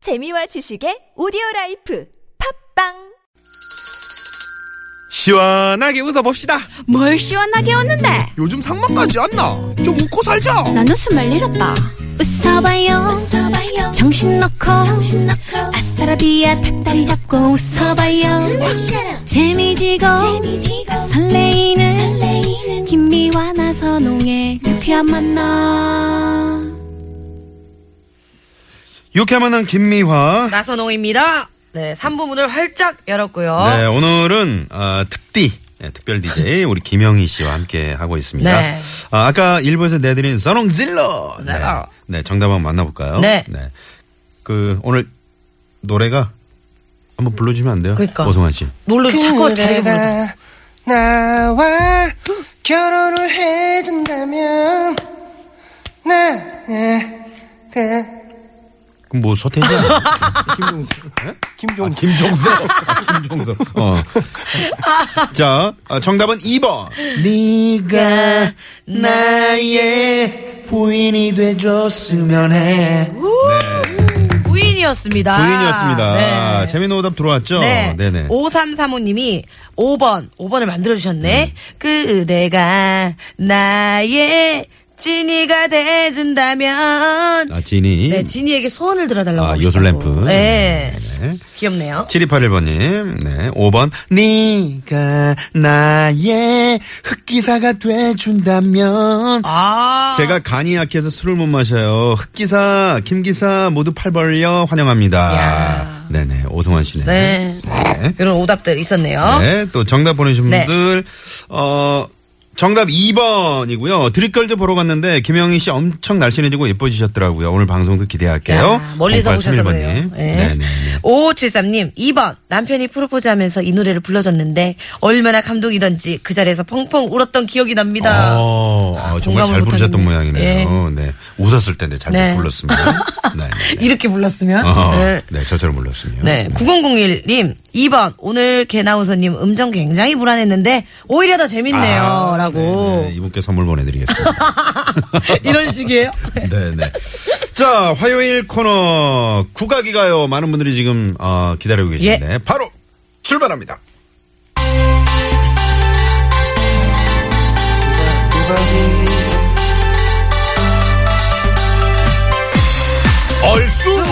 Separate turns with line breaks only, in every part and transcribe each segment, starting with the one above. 재미와 지식의 오디오 라이프 팝빵
시원하게 웃어봅시다.
뭘 시원하게 웃는데
요즘 상만까지 안 나. 좀 웃고 살자.
난 웃음을 잃었다 웃어봐요, 정신 놓고 아싸라비아 닭다리 잡고 웃어봐요 재미지고, 설레이는, 김미와 나서 농에 유쾌한 만나
유쾌한 만남 김미화.
나선홍입니다. 네, 3부 문을 활짝 열었고요.
네, 오늘은 어, 특디. 네, 특별 DJ 우리 김영희 씨와 함께 하고 있습니다.
네.
아, 아까 일부에서 내드린 선홍질러. 네.
네.
네, 정답 한번 만나볼까요?
네.
그 오늘 노래가 한번 불러주면 안 돼요?
그러니까.
오성환 씨.
놀러 자꾸 다르게 부르다.
그대가 나와 결혼을 해준다면 나 네, 네.
그럼 뭐 서태지 아니야?
김종수
김종서. 김종서. 어. 자, 아, 정답은 2번. 네가 나의 부인이 돼줬으면 해.
네, 부인이었습니다.
부인이었습니다.
네.
재미있는 오답 들어왔죠?
네.
네네.
5335님이 5번, 5번을 만들어주셨네.
음.
그대가 나의 진이가 돼준다면.
아, 지니.
네, 진이에게 소원을 들어달라고.
아,
하셨다고.
요술램프.
네.
네.
귀엽네요.
7281번님, 네, 5번. 네가 나의 흑기사가 돼준다면.
아.
제가 간이 약해서 술을 못 마셔요. 흑기사, 김기사 모두 팔 벌려 환영합니다.
야.
네네, 오성환 씨네.
네.
네.
이런 오답들 있었네요.
네, 또 정답 보내주신
네.
분들, 어, 정답 2번이고요. 드립걸즈 보러 갔는데 김영희 씨 엄청 날씬해지고 예뻐지셨더라고요. 오늘 방송도 기대할게요.
야, 멀리서 보셔서
0831번
그래요.
님.
예.
네, 네, 네.
5573님, 2번. 남편이 프로포즈 하면서 이 노래를 불러줬는데, 얼마나 감동이던지 그 자리에서 펑펑 울었던 기억이 납니다.
어, 아, 정말
공감을
잘 부르셨던
못하겠네. 예.
모양이네요. 네. 웃었을 텐데 잘 못
네.
불렀습니다. 네. 네.
이렇게 불렀으면.
어,
네.
네, 저처럼 불렀으면.
네. 9001님, 2번. 오늘 개나우서님 음정 굉장히 불안했는데, 오히려 더 재밌네요.
아,
라고.
네, 네. 이분께 선물 보내드리겠습니다.
이런 식이에요.
네네. 자, 화요일 코너 국악이가요. 많은 분들이 지금 어, 기다리고 계시는데
예.
바로 출발합니다. 얼쑤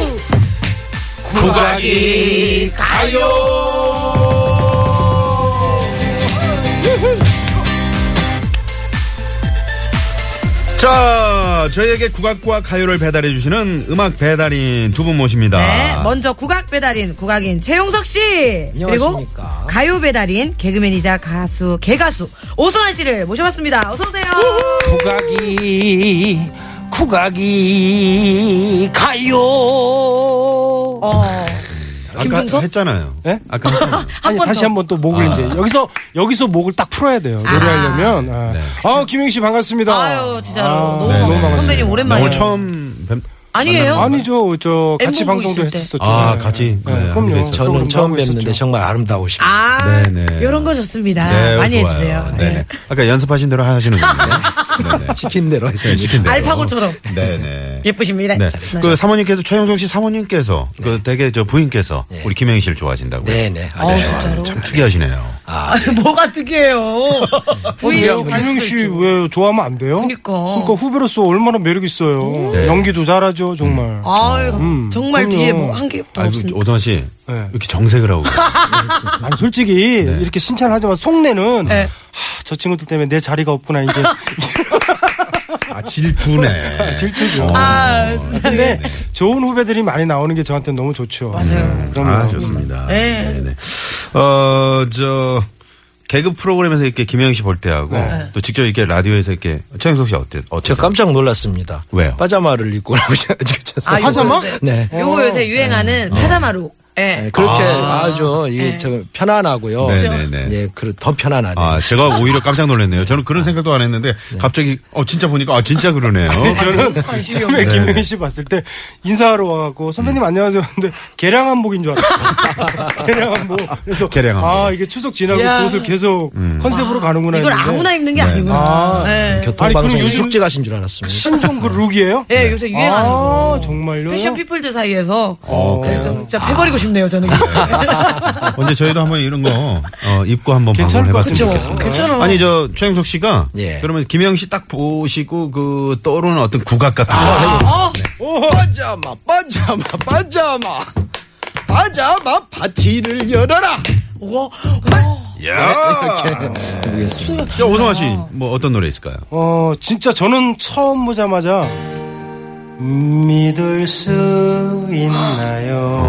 국악이 가요. 자, 저희에게 국악과 가요를 배달해 주시는 음악 배달인 두 분 모십니다.
네. 먼저 국악 배달인, 국악인 최용석 씨. 그리고
안녕하십니까.
가요 배달인, 개그맨이자 가수, 개가수, 오성환 씨를 모셔봤습니다. 어서오세요.
국악이 국악이 가요
어.
아까 했잖아요.
네?
아까 했잖아요.
한
아니,
번
다시
더.
한 번 또 목을
아.
이제 여기서 여기서 목을 딱 풀어야 돼요 노래하려면 아, 아, 김영 씨 반갑습니다
아유 진짜로 너무
네,
반가워요.
네, 네.
선배님
나
오랜만이에요.
오늘 처음 뵌
아니에요?
아니죠 저 같이
엠 보고
방송도
있을 때.
했었었죠
아,
네.
같이. 네,
네, 그럼요
함께 했었죠.
프로그램도
저는 처음
하고 있었죠.
뵙는데 정말 아름다우십니다.
아,
네, 네.
이런 거 좋습니다.
네,
많이
좋아요.
해주세요.
네네.
네.
아까 연습하신 대로 하시는 겁니다. 네네.
시킨 대로
네,
했습니다.
시킨 대로.
알파고처럼.
네네.
예쁘십니다.
네.
네.
그 사모님께서 최영석 씨 사모님께서 그 되게 저 부인께서
네.
우리 김영희 씨를 좋아하신다고요.
네네. 아주
어,
좋아요.
진짜로?
참 특이하시네요.
아니, 뭐가 특이해요. 부인이라고
김영 씨 왜 좋아하면 안 돼요?
음. 그러니까. 음.
그러니까 후배로서 얼마나 매력 있어요.
네.
연기도 잘하죠, 정말.
아유, 정말
그럼요.
뒤에 뭐 한 개도
아이고
없습니다.
오성환 씨
네.
이렇게 정색을 하고 그래요?
아니, 솔직히
네.
이렇게 칭찬하지만 속내는
네.
하, 저 친구들 때문에 내 자리가 없구나 이제.
아 질투네.
질투죠.
어.
아,
근데
네.
좋은 후배들이 많이 나오는 게 저한테는 너무 좋죠.
맞아요.
그럼요.
아, 좋습니다.
네.
네네. 어, 저, 개그 프로그램에서 이렇게 김영희 씨 볼 때하고 또 직접 이렇게 라디오에서 이렇게 최영석 씨 어때,
저
어때요?
깜짝 놀랐습니다.
왜요?
파자마를 입고 나오셔가지고.
아,
파자마?
요거 요새-
네.
요거 요새 유행하는 파자마룩. 예.
그렇게 아. 주 이게 저 편안하고요.
네네네.
예, 그더 편안하네. 요
아, 제가 오히려 깜짝 놀랐네요. 저는 그런 생각도 안 했는데 갑자기 어 진짜 보니까 아 진짜 그러네요.
저는
네.
처음에 김명희 씨 봤을 때 인사하러 와갖고
음.
선배님 안녕하세요 하는데 계량 한복인 줄 알았어요. 계량 한복. 그래서
계량 한복. 음.
아 이게 추석 지나고
야. 아,
옷을 계속 컨셉으로 가는구나.
이걸
했는데.
아무나 입는 게
네.
아니구나.
아.
예.
교통방송
아니, 그럼 요즘-
숙제 가신 줄 알았습니다.
신종 그 룩이에요?
예, 요새 유행하는
아
거.
정말요?
패션 피플들 사이에서
어,
그래서 네, 진짜 패버리고 싶네요 저는.
언제 저희도 한번 이런 거 어, 입고 한번 방송을
괜찮을 것
해봤으면
같아요.
좋겠습니다.
괜찮아.
아니 저 최영석 씨가
예.
그러면 김영 씨 딱 보시고 그 떠오르는 어떤 구각 같은 거.
빠자마, 빠자마, 빠자마, 빠자마 파티를 열어라. 어? 네, 아, 야, 이렇게 해보겠습니다.
저 오성아 씨 뭐 어떤 노래 있을까요?
어 진짜 저는 처음 보자마자 믿을 수 있나요?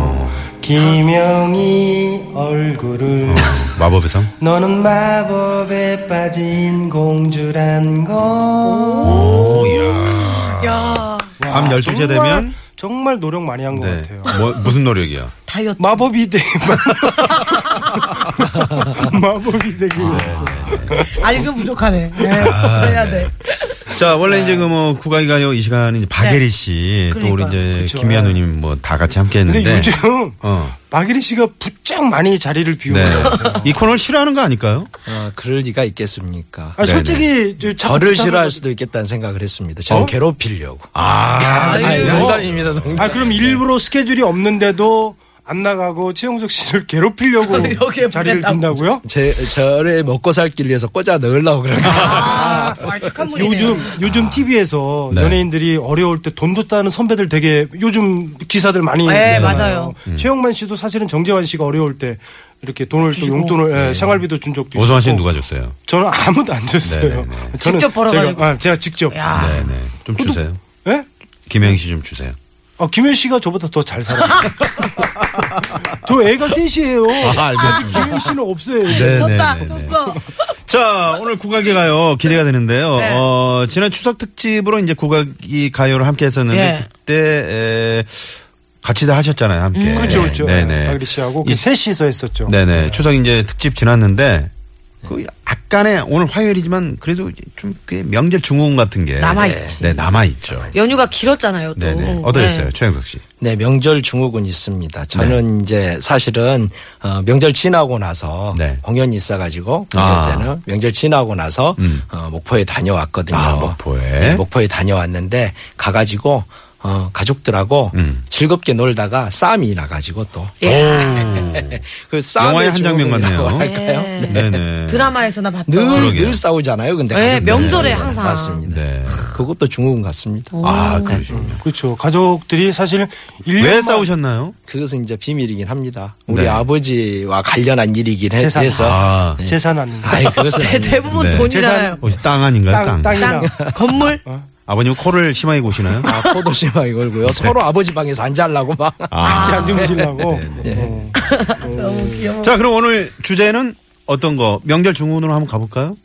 김영희 얼굴을
마법의 섬.
너는 마법에 빠진 공주란 거.
오, 이야. 밤 12시 에 되면?
정말 노력 많이 한 것
네.
같아요.
뭐, 무슨 노력이야?
다이어트.
마법이 돼. 마법이 되기 위해서.
네.
아 이거 부족하네. 예. 해야 돼.
자, 원래
네.
이제 그 뭐, 국가이가요 이 시간은 이제 박예리 씨, 또 우리
그러니까요.
이제
그쵸.
김희아 누님 뭐 다 같이 함께 했는데.
근데 요즘
어.
박예리 씨가 부쩍 많이 자리를 비우고
네.
있어요.
이 코너를 싫어하는 거 아닐까요?
아, 그럴 리가 있겠습니까?
아,
네네.
솔직히 저 자꾸
저를
부탁을-
싫어할 수도 있겠다는 생각을 했습니다. 저는 괴롭히려고.
아,
아니, 농담입니다, 농담.
아
네.
그럼 일부러 스케줄이 없는데도 안 나가고 최용석 씨를 괴롭히려고
여기에
자리를
보낸다고.
빈다고요?
제, 저를 먹고 살기 위해서 꽂아 넣으려고 그러는
아, 아 착한 분이네요.
요즘
아.
요즘 TV에서
네.
연예인들이 어려울 때 돈도 따는 선배들 되게 요즘 기사들 많이
네,
내잖아요.
맞아요.
음.
최영만 씨도 사실은 정재환 씨가 어려울 때 이렇게 돈을 또 용돈을 예, 생활비도 준 적도
네. 오성아 씨는
있었고.
누가 줬어요?
저는 아무도 안 줬어요.
네네네.
저는
직접 벌어가지고.
제가, 아, 제가 직접.
야.
네네. 좀 주세요.
예?
김혜영 씨 좀 주세요.
아, 김현 씨가 저보다 더 잘 살아요. 저 애가 셋이에요.
아. 알겠습니다.
김현 씨는 없어요.
졌다. 졌어.
자, 오늘 국악의 가요 기대가 되는데요.
네.
어, 지난 추석 특집으로 이제 국악이 가요를 함께 했었는데
예.
네.
그때 에, 같이 다 하셨잖아요, 함께.
그렇죠, 그렇죠.
네네.
박예리 씨하고
이-
그 셋이서 했었죠.
네네. 추석 이제 특집 지났는데
네.
그 약간의 오늘 화요일이지만 그래도 좀 그 명절 중후군 같은 게
남아있지.
네, 남아 있죠.
연휴가 길었잖아요. 또.
네네. 어떠셨어요,
네.
최영석 씨?
네, 명절 중후군 있습니다. 저는 이제 사실은 어, 명절 지나고 나서
네.
공연이 있어가지고
아.
그럴 때는 명절 지나고 나서
음.
어, 목포에 다녀왔거든요. 네,
아, 목포에.
목포에 다녀왔는데 가가지고 어, 가족들하고
음.
즐겁게 놀다가 싸움이 나가지고 또. 그 싸움의
영화의 한 장면
중후군이라고
네, 같네요.
할까요?
네.
네네.
드라마에서나 봤던.
늘,
그러게요.
늘 싸우잖아요. 근데
네,
가족들이.
명절에 항상.
맞습니다.
네.
그것도 중후군 같습니다.
아, 그러시군요.
그렇죠. 가족들이 사실 일
왜
년
싸우셨나요?
그것은 이제 비밀이긴 합니다. 우리
네.
아버지와 관련한 일이긴 해-
재산.
해서
아.
네. 재산 왔는데.
아이 그것은
대- 대부분
네.
돈이잖아요.
혹시 땅 아닌가요?
땅, 땅이나.
건물.
아버님 코를 심하게 고시나요?
아, 포도심하게 걸고요. 서로 아버지 방에서 앉으려고 막.
아.
같이 안 주무시려고.
네,
어.
자, 그럼 오늘 주제는 어떤 거? 명절 중훈으로 한번 가볼까요?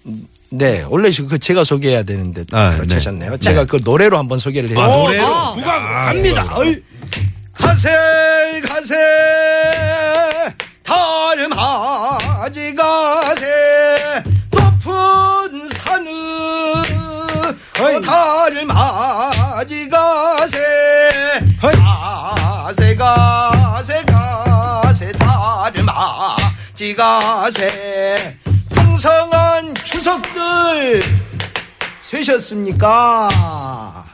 네, 원래 지금 그 제가 소개해야 되는데
아, 네.
그러셨네요. 제가 그 노래로 한번 소개를 해요.
노래로.
구강 갑니다. 어이. 가세 가세 다름하지 가세 높은 산은
어이.
다름하지 가세
어이.
가세 가세 가세 다름하지 가세 풍성한 추석들 쇠셨습니까?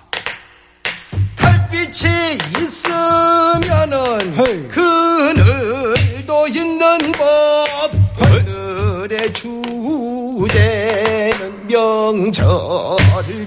달빛이
헤이.
있으면은 그늘도 있는 법 오늘의 주제는 명절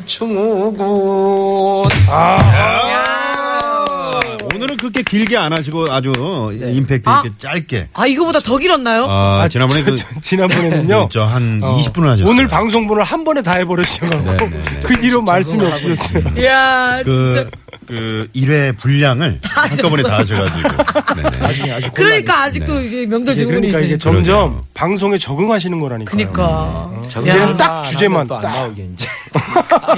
충우군
아,
오늘은 그렇게 길게 안 하시고 아주 임팩트 있게 짧게.
아 이거보다 더 길었나요?
아, 지난번에 그,
지난번에는요.
저 한 20분 하셨어요.
오늘 방송분을 한 번에 다 해버리셔가지고
네, 네, 네.
그 뒤로 말씀이 없으셨어요.
이야
그, 그 1회 분량을 한꺼번에 다 하셔가지고. 네네.
아주
그러니까 아직도 이제 명절
이제
증후군이
그러니까 이제
있으니까.
점점
그러네요.
방송에 적응하시는 거라니까요.
그러니까.
이제는 딱 주제만
아, 안
딱.
나오게 이제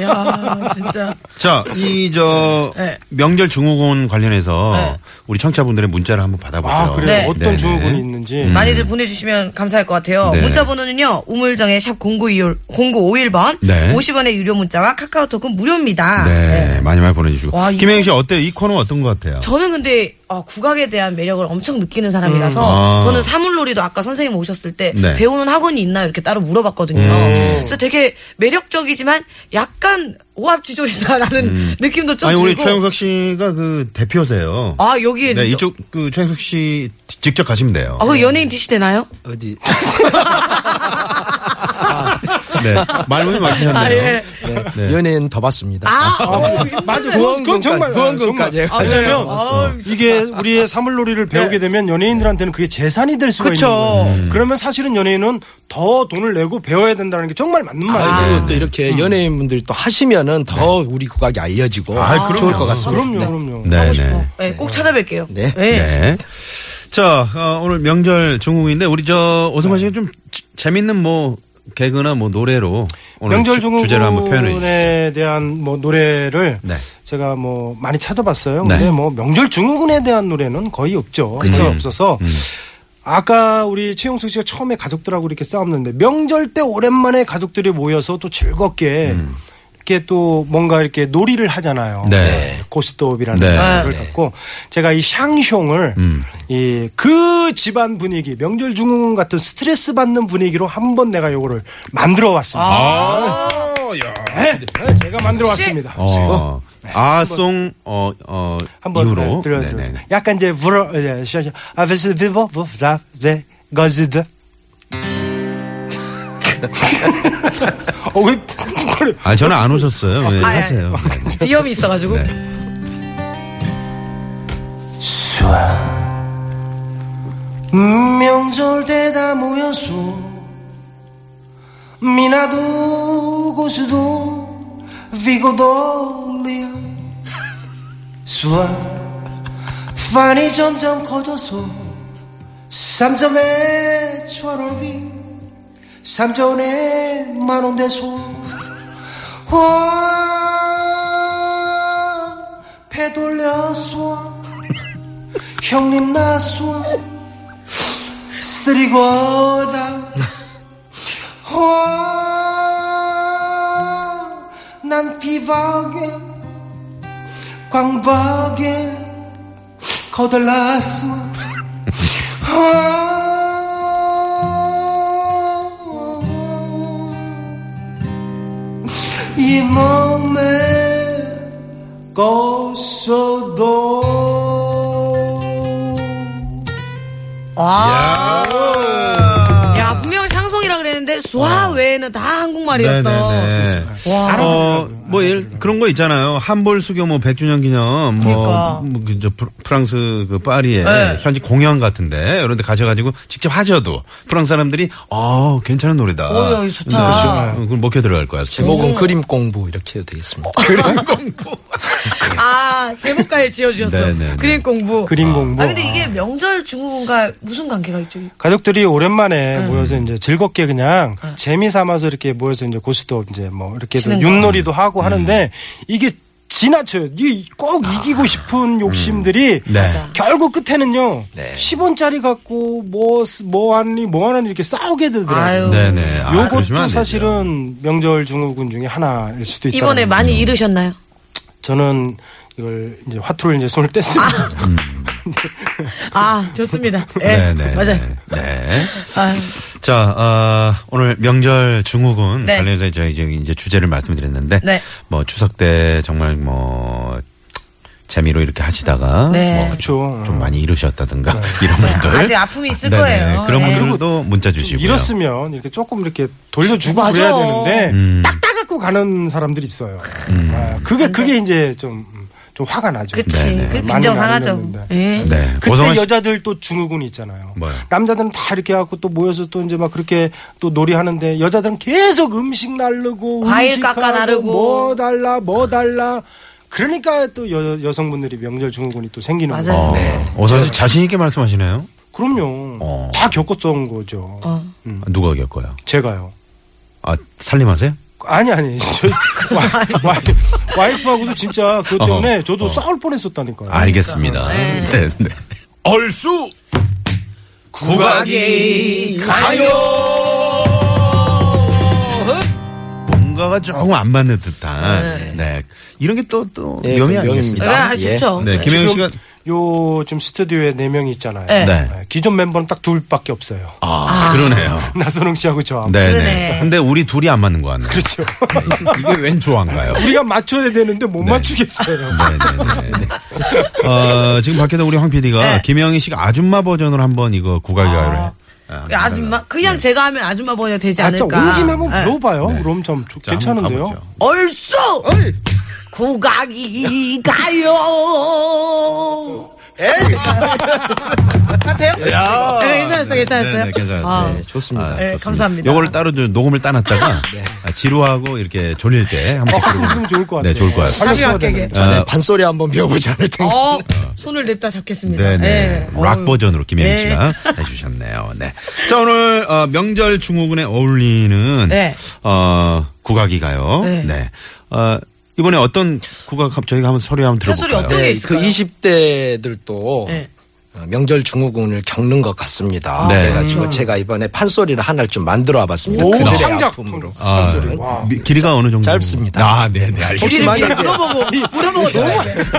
야 진짜.
자, 이 저
네.
명절 증후군 관련해서
네.
우리 청취자분들의 문자를 한번 받아보세요.
아, 그래요?
네.
어떤
네네.
증후군이 있는지.
많이들 보내주시면 감사할 것 같아요.
음. 네.
문자 번호는요, 우물정의 샵 0951번,
네.
50원의 유료 문자와 카카오톡은 무료입니다.
네, 많이 많이 보내주시고.
와, 이거-
김혜영 씨 어때요? 이 코너 어떤 것 같아요?
저는 근데 어, 국악에 대한 매력을 엄청 느끼는 사람이라서
아.
저는 사물놀이도 아까 선생님 오셨을 때
네. 음.
배우는 학원이 있나 이렇게 따로 물어봤거든요. 그래서 되게 매력적이지만 약간 오합지졸이다라는 느낌도
음.
좀
아니
들고
우리 최영석 씨가 그 대표세요.
아 여기에
네, 이쪽 그 최영석 씨 지- 직접 가시면 돼요.
아, 그 연예인 DC 되나요?
어디
네, 말문이 막히셨네요.
아, 예.
네.
네.
연예인 더 봤습니다. 네.
아, 어,
맞아,
그건
그건 정말. 아,
그건까지 아,
정말. 네. 왜냐면 이게 우리의 사물놀이를 배우게
네.
되면 연예인들한테는 그게 재산이 될 수가
그쵸.
있는
음.
거예요. 그러면 사실은 연예인은 더 돈을 내고 배워야 된다는 게 정말 맞는
아,
아,
네.
말이에요.
그리고 또 이렇게 연예인분들이 또 하시면은 더 우리 국악이 알려지고
아, 그럼요.
좋을 것 같습니다.
그럼요, 그럼요.
네, 네.
싶어. 네, 꼭 찾아뵐게요.
네.
네.
네. 자, 어, 오늘 명절 중국인데 우리 저 오승환
네.
씨가 좀 지- 재밌는 뭐 개그나 뭐 노래로 오늘
명절 네.
주- 주제를 한번 표현해 주시죠.
증후군에 대한 뭐 노래를
네.
제가 뭐 많이 찾아봤어요.
네. 음.
근데 뭐 명절 증후군에 대한 노래는 거의 없죠. 거의 없어서 아까 우리 최용석 씨가 처음에 가족들하고 이렇게 싸웠는데 명절 때 오랜만에 가족들이 모여서 또 즐겁게 이렇게 또 뭔가 이렇게 놀이를 하잖아요.
음. 네.
고스톱이라는
네.
걸 갖고 제가 이 샹숑을
음.
이 그 집안 분위기 명절 증후군 같은 스트레스 받는 분위기로 한번 내가 요거를 만들어 왔습니다. 네, 네, 제가 만들어 왔습니다.
아, 어,
네.
아송 어, 어,
한번
이후로.
들려드려요.
네네.
약간 이제 불어 예, 샤- 샤- 아, 베스 비버 부자 네 거즈드. 어왜 그걸
아, 저는 안 오셨어요. 네,
아, 예.
하세요. 네.
비염이 있어가지고.
네.
명절 때 다 모였어 미나도 고수도 비고돌리야 수아 판이 점점 커져서 삼점에 천월비 삼전에 만원 대소 와배 돌려 쏘아 형님 나 쏘아 쓰리고다 와, 난 비박에 광박에 거들라스 이놈의 고소도
야, 분명 샹송이라 그랬는데 수화 외에는 다 한국말이었던.
어. 네네네. 어, 뭐, 예를, 그런 거 있잖아요. 한볼 수교 뭐 100주년 기념,
그러니까.
뭐, 뭐 그, 저, 프랑- 프랑스 그 파리에
네.
현지 공연 같은데, 이런 데 가셔가지고 직접 하셔도 프랑스 사람들이, 어, 괜찮은 노래다. 네,
오, 야, 좋다.
그걸 먹혀 들어갈 거야.
음.
제목은 그림 공부 이렇게 되겠습니다.
어.
아, 제목까지 지어주셨어.
네네네.
그림 공부.
그림 공부
아, 근데 이게 명절 중후군과 무슨 관계가 있죠?
가족들이 오랜만에 모여서 이제 즐겁게 그냥 재미 삼아서 이렇게 모여서 이제 고수도 이제 뭐 이렇게
치는 거.
음.
윷놀이도 하고 하는데 이게 지나쳐요. 이게 꼭 이기고 싶은 욕심들이
아. 음. 네. 맞아.
결국 끝에는요. 10원짜리 갖고 뭐, 쓰- 뭐 하니, 뭐 하니 이렇게 싸우게 되더라고요.
아유.
네네. 아, 그러시면
요것도
안 되죠.
사실은 명절 중후군 중에 하나일 수도 있다.
이번에 많이 잃으셨나요?
저는 이걸 이제 화투를 이제 손을 뗐습니다.
아, 좋습니다. 예.
네네.
맞아요.
네.
아,
자, 어, 오늘 명절 중후군
네.
관련해서 저희 이제, 이제 주제를 말씀드렸는데,
네.
뭐 추석 때 정말 뭐 재미로 이렇게 하시다가
네.
뭐
그렇죠.
좀 많이 이러셨다든가
네.
이런 분들
아직 아픔이 있을
네네.
거예요.
그런
네.
분들도 문자 주시고요.
잃었으면 이렇게 조금 이렇게 돌려주고
맞아.
그래야 되는데
음.
딱 따갖고 가는 사람들이 있어요. 아, 그게 그게 이제 좀 좀 화가 나죠.
그치.
네네.
그
많이
빈정 상하죠.
나뉘었는데.
예.
네.
그때
오성환 씨-
여자들 또 증후군이 있잖아요.
뭐요?
남자들은 다 이렇게 해갖고 또 모여서 또 이제 막 그렇게 또 놀이하는데 여자들은 계속 음식 날르고
과일
음식하고
깎아 나르고.
뭐 달라 뭐 달라 그러니까 또 여, 여성분들이 명절 증후군이 또 생기는
맞아요.
거죠.
어,
네.
오선 씨 자신 있게 말씀하시네요.
그럼요.
어.
다 겪었던 거죠.
어.
음.
누가 겪어요?
제가요.
아 살림하세요?
아니 아니 저희 와이, 와이, 프하고도 진짜 그것 때문에
어허.
저도
어.
싸울 뻔했었다니까요.
알겠습니다. 네, 네. 얼쑤 구박이 가요. 뭔가가 조금 안 맞는 듯한. 네. 이런 게 또 또
예,
위험이
그
아니겠습니까?
위험입니다.
아,
예.
좋죠.
네, 김혜영 씨가
요 지금 스튜디오에 네 명 있잖아요.
네.
네.
기존 멤버는 딱 둘밖에 없어요.
아, 그러네요.
나선홍 씨하고 저하고.
네, 네.
그러네.
근데 우리 둘이 안 맞는 거 같네요.
그렇죠.
이게 웬 조화인가요?
우리가 맞춰야 되는데 못
네.
맞추겠어요. 아,
네네네. 어, 지금 밖에서 우리 황 PD가
네.
김영희 씨가 아줌마 버전으로 한번 이거 구가기 가요를 해. 아,
아줌마 그냥 제가 하면 아줌마 번역 되지
아, 자,
않을까?
온 김에 한번
네.
물어봐요. 그럼 참 좋-
자, 한번
괜찮은데요.
가보죠.
얼쑤 구각이 가요.
야.
네, 아, 괜찮았어요, 괜찮았어요.
네, 네, 괜찮았어요.
아.
네, 좋습니다.
예.
네, 감사합니다. 네.
요거를 따로 좀 녹음을 따놨다가 아, 지루하고 이렇게 졸릴 때
어.
한번
아, 그러면 좋을 것
네,
같아요.
좋을 것 같아요.
다시
알려줘야
바뀌게.
되는데.
전에 판소리 한번 배워보지 않을 텐데.
어 손을 냅다 잡겠습니다.
아. 네네.
네.
락
어우.
버전으로 김혜영
네.
씨가 해주셨네요. 네. 자, 오늘, 어, 명절 중후군에 어울리는,
네.
어, 국악이 가요. 네.
네.
어, 이번에 어떤 국악, 합- 저희가 한번 소리 한번
소리
들어볼까요?
어떤-
네, 그
있을까요?
20대들도
예.
어,
네.
명절 중후군을 겪는 것 같습니다.
네.
그래가지고 제가 이번에 판소리를 하나를 좀 만들어 와봤습니다.
음. 오,
그들의
창작.
아픔으로.
아,
소리. 와.
미- 길이가 어느 정도?
짧습니다.
아, 네네.
길이
알겠습니다.
혹시
이렇게
만약에-
물어보고 물어보고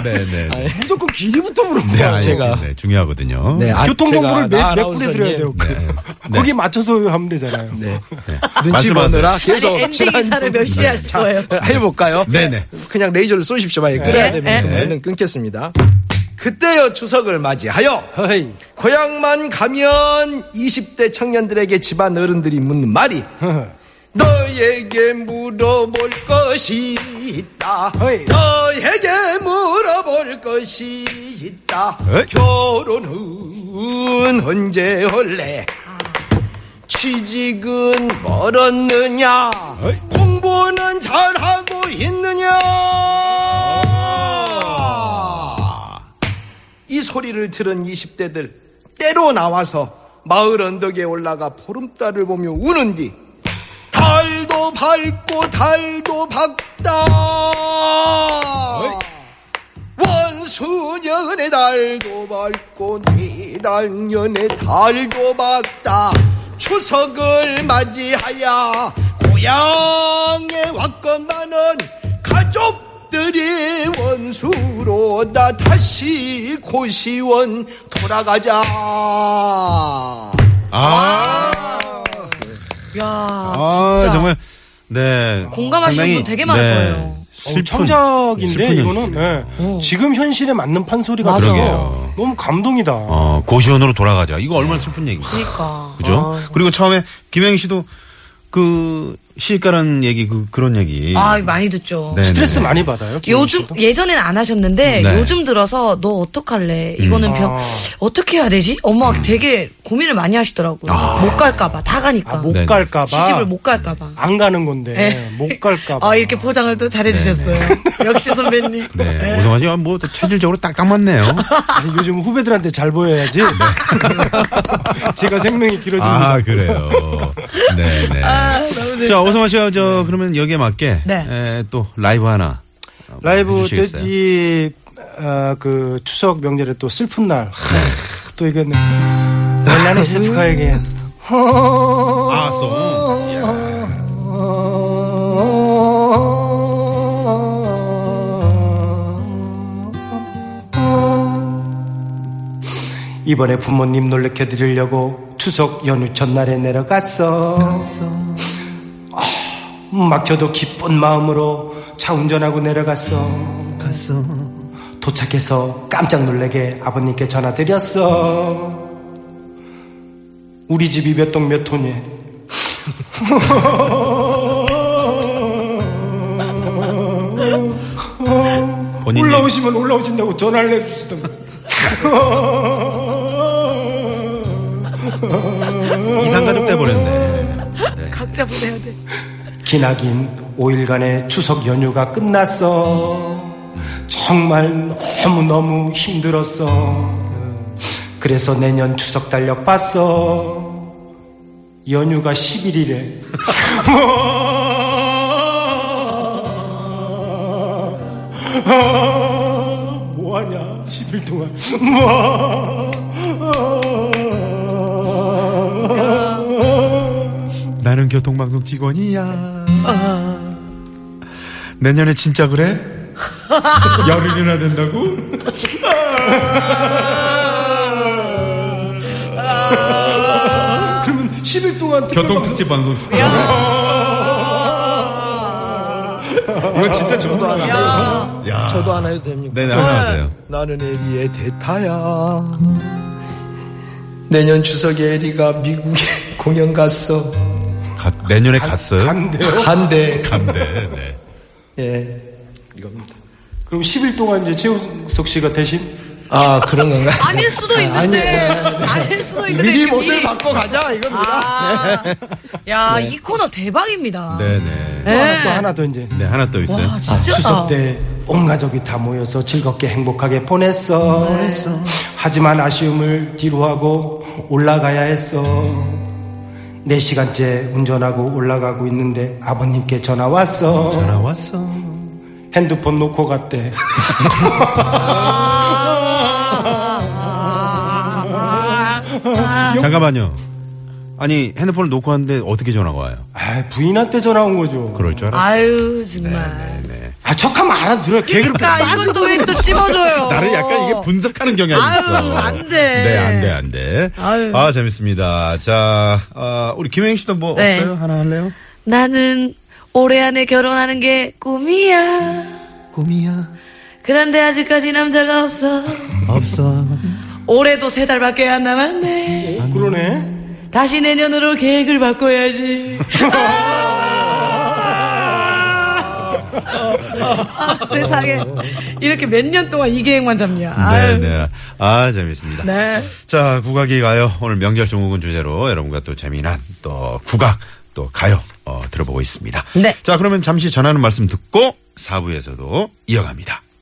네네.
무조건 길이부터
네,
물어봐요.
알겠습니다.
아, 제가-
네, 중요하거든요.
네, 아,
교통정보를 몇, 몇
제가 나
분에
아나운서인데
드려야 돼요. 어.
네.
거기에 맞춰서 하면 되잖아요.
네. 눈치
말씀하세요.
보느라 계속
아니, 엔딩
지난-
인사를 몇 시에 하실 거예요?
해볼까요?
네네.
그냥 레이저를 쏘십시오. 만약에
네.
그래야 됩니다.
네.
저는 끊겠습니다. 그때여 추석을 맞이하여
헤이.
고향만 가면 20대 청년들에게 집안 어른들이 묻는 말이 너에게 물어볼 것이 있다.
어이.
너에게 물어볼 것이 있다.
어이.
결혼은 언제 할래? 취직은 멀었느냐?
어이.
공부는 잘하고 있느냐? 이 소리를 들은 20대들 때로 나와서 마을 언덕에 올라가 보름달을 보며 우는 뒤 달도 밝고 달도 밝다 원수년의 달도 밝고 니단년의 달도 밝다 추석을 맞이하여 고향에 왔건만은 가족들이 원수로 다 다시 고시원 돌아가자
아,
야
아, 정말. 네.
공감하시는
상당히, 네,
분 되게 많을 거예요.
슬픈,
슬픈,
어, 창작인데
슬픈
이거는
연출이네요.
예. 지금 현실에 맞는 판소리가
어. 맞아.
들어서
그러게요.
너무 감동이다.
어, 고시원으로 돌아가자. 이거 얼마나 슬픈 얘기입니까?
그러니까
그죠? 그리고 처음에 김영희 씨도 그 시집가라는 얘기 그 그런 얘기.
아 많이 듣죠.
네,
스트레스
네, 네.
많이 받아요. 김
요즘
씨도?
예전엔 안 하셨는데
네. 음.
요즘 들어서 너 어떡할래 이거는 병
아.
어떻게 해야 되지 엄마가 되게 고민을 많이 하시더라고요
아.
못 갈까봐 다 가니까
아, 못
네, 네.
갈까봐
시집을 못 갈까봐
안 가는 건데
네.
못 갈까봐.
아 이렇게 포장을 또 잘해주셨어요 역시 선배님
네.
네.
오성아 씨가 뭐또 체질적으로 딱딱 맞네요.
아니, 요즘 후배들한테 잘 보여야지. 제가 생명이 길어집니다.
네. 아, 그래요. 네, 네. 자, 오성아 씨가 저 그러면 여기에 맞게
네.
에, 또 라이브 하나
라이브
해주시겠어요?
때이 아, 그 추석 명절에 또 슬픈
네.
날. 하, 또 이게 네. 멜라니
음.
세프카에게
아, 송. 이야.
이번에 부모님 놀래켜 드리려고 추석 연휴 첫날에 내려갔어. 아, 막혀도 기쁜 마음으로 차 운전하고 내려갔어. 도착해서 깜짝 놀래게 아버님께 전화드렸어. 우리 집이 몇 동 몇 톤이.
본인이
올라오시면 올라오신다고 전화를 해주시던
이상가족 돼 버렸네.
각자 보내야 돼
기나긴 5일간의 추석 연휴가 끝났어. 정말 너무너무 힘들었어. 그래서 내년 추석 달력 봤어. 연휴가 11일에. 아, 뭐하냐 10일 동안 뭐
나는 교통방송 직원이야. 내년에 진짜 그래? 열흘이나 된다고?
그러면 10일 동안
교통특집 방송. 이거 진짜 좋은 거
하나
야.
저도 하나 해도 됩니까?
네네, 안녕하세요.
나는 에리의 대타야. 내년 추석에 에리가 미국에 공연 갔어.
가- 내년에 갔어요?
간대요
간대.
간대, 네.
예.
그럼 10일 동안 이제 최우석 씨가 대신
아 그런 건가?
아닐
네,
수도 있는데. 아닐 수도 있는데.
미리
이미.
못을 받고 가자 이겁니다.
아,
네.
야, 이 코너 대박입니다.
네. 네네.
또 하나, 또 하나 더 이제
네, 하나 또 있어요.
와, 진짜.
추석 때 온 가족이 다 모여서 즐겁게 행복하게 보냈어. 하지만 아쉬움을 뒤로하고 올라가야 했어. 네 시간째 운전하고 올라가고 있는데 아버님께 전화 왔어. 전화 왔어. 핸드폰 놓고 갔대.
아.
잠깐만요. 아니, 핸드폰을 놓고 왔는데 어떻게 전화가 와요?
아, 부인한테 전화 온 거죠.
그럴 줄 알았어요.
아유, 정말.
네,
아, 척하면 알아들어. 개그를
그러니까 이건 또 왜 또 씹어줘요.
나를 약간 이게 분석하는 경향이
아유,
있어.
안 돼.
네, 안 돼, 안 돼.
아유.
아, 재밌습니다. 자, 아, 우리 김혜영 씨도 뭐
네.
없어요? 하나 할래요?
나는 올해 안에 결혼하는 게 꿈이야.
꿈이야.
그런데 아직까지 남자가 없어.
없어.
올해도 세 달밖에 안 남았네.
그러네.
다시 내년으로 계획을 바꿔야지. 아, 세상에 이렇게 몇 년 동안 이 계획만 잡냐.
네,
아유.
네. 아, 재밌습니다.
네.
자, 국악이 가요. 오늘 명절 증후군 주제로 여러분과 또 재미난 또 국악 또 가요 어, 들어보고 있습니다.
네.
자, 그러면 잠시 전하는 말씀 듣고 사부에서도 이어갑니다.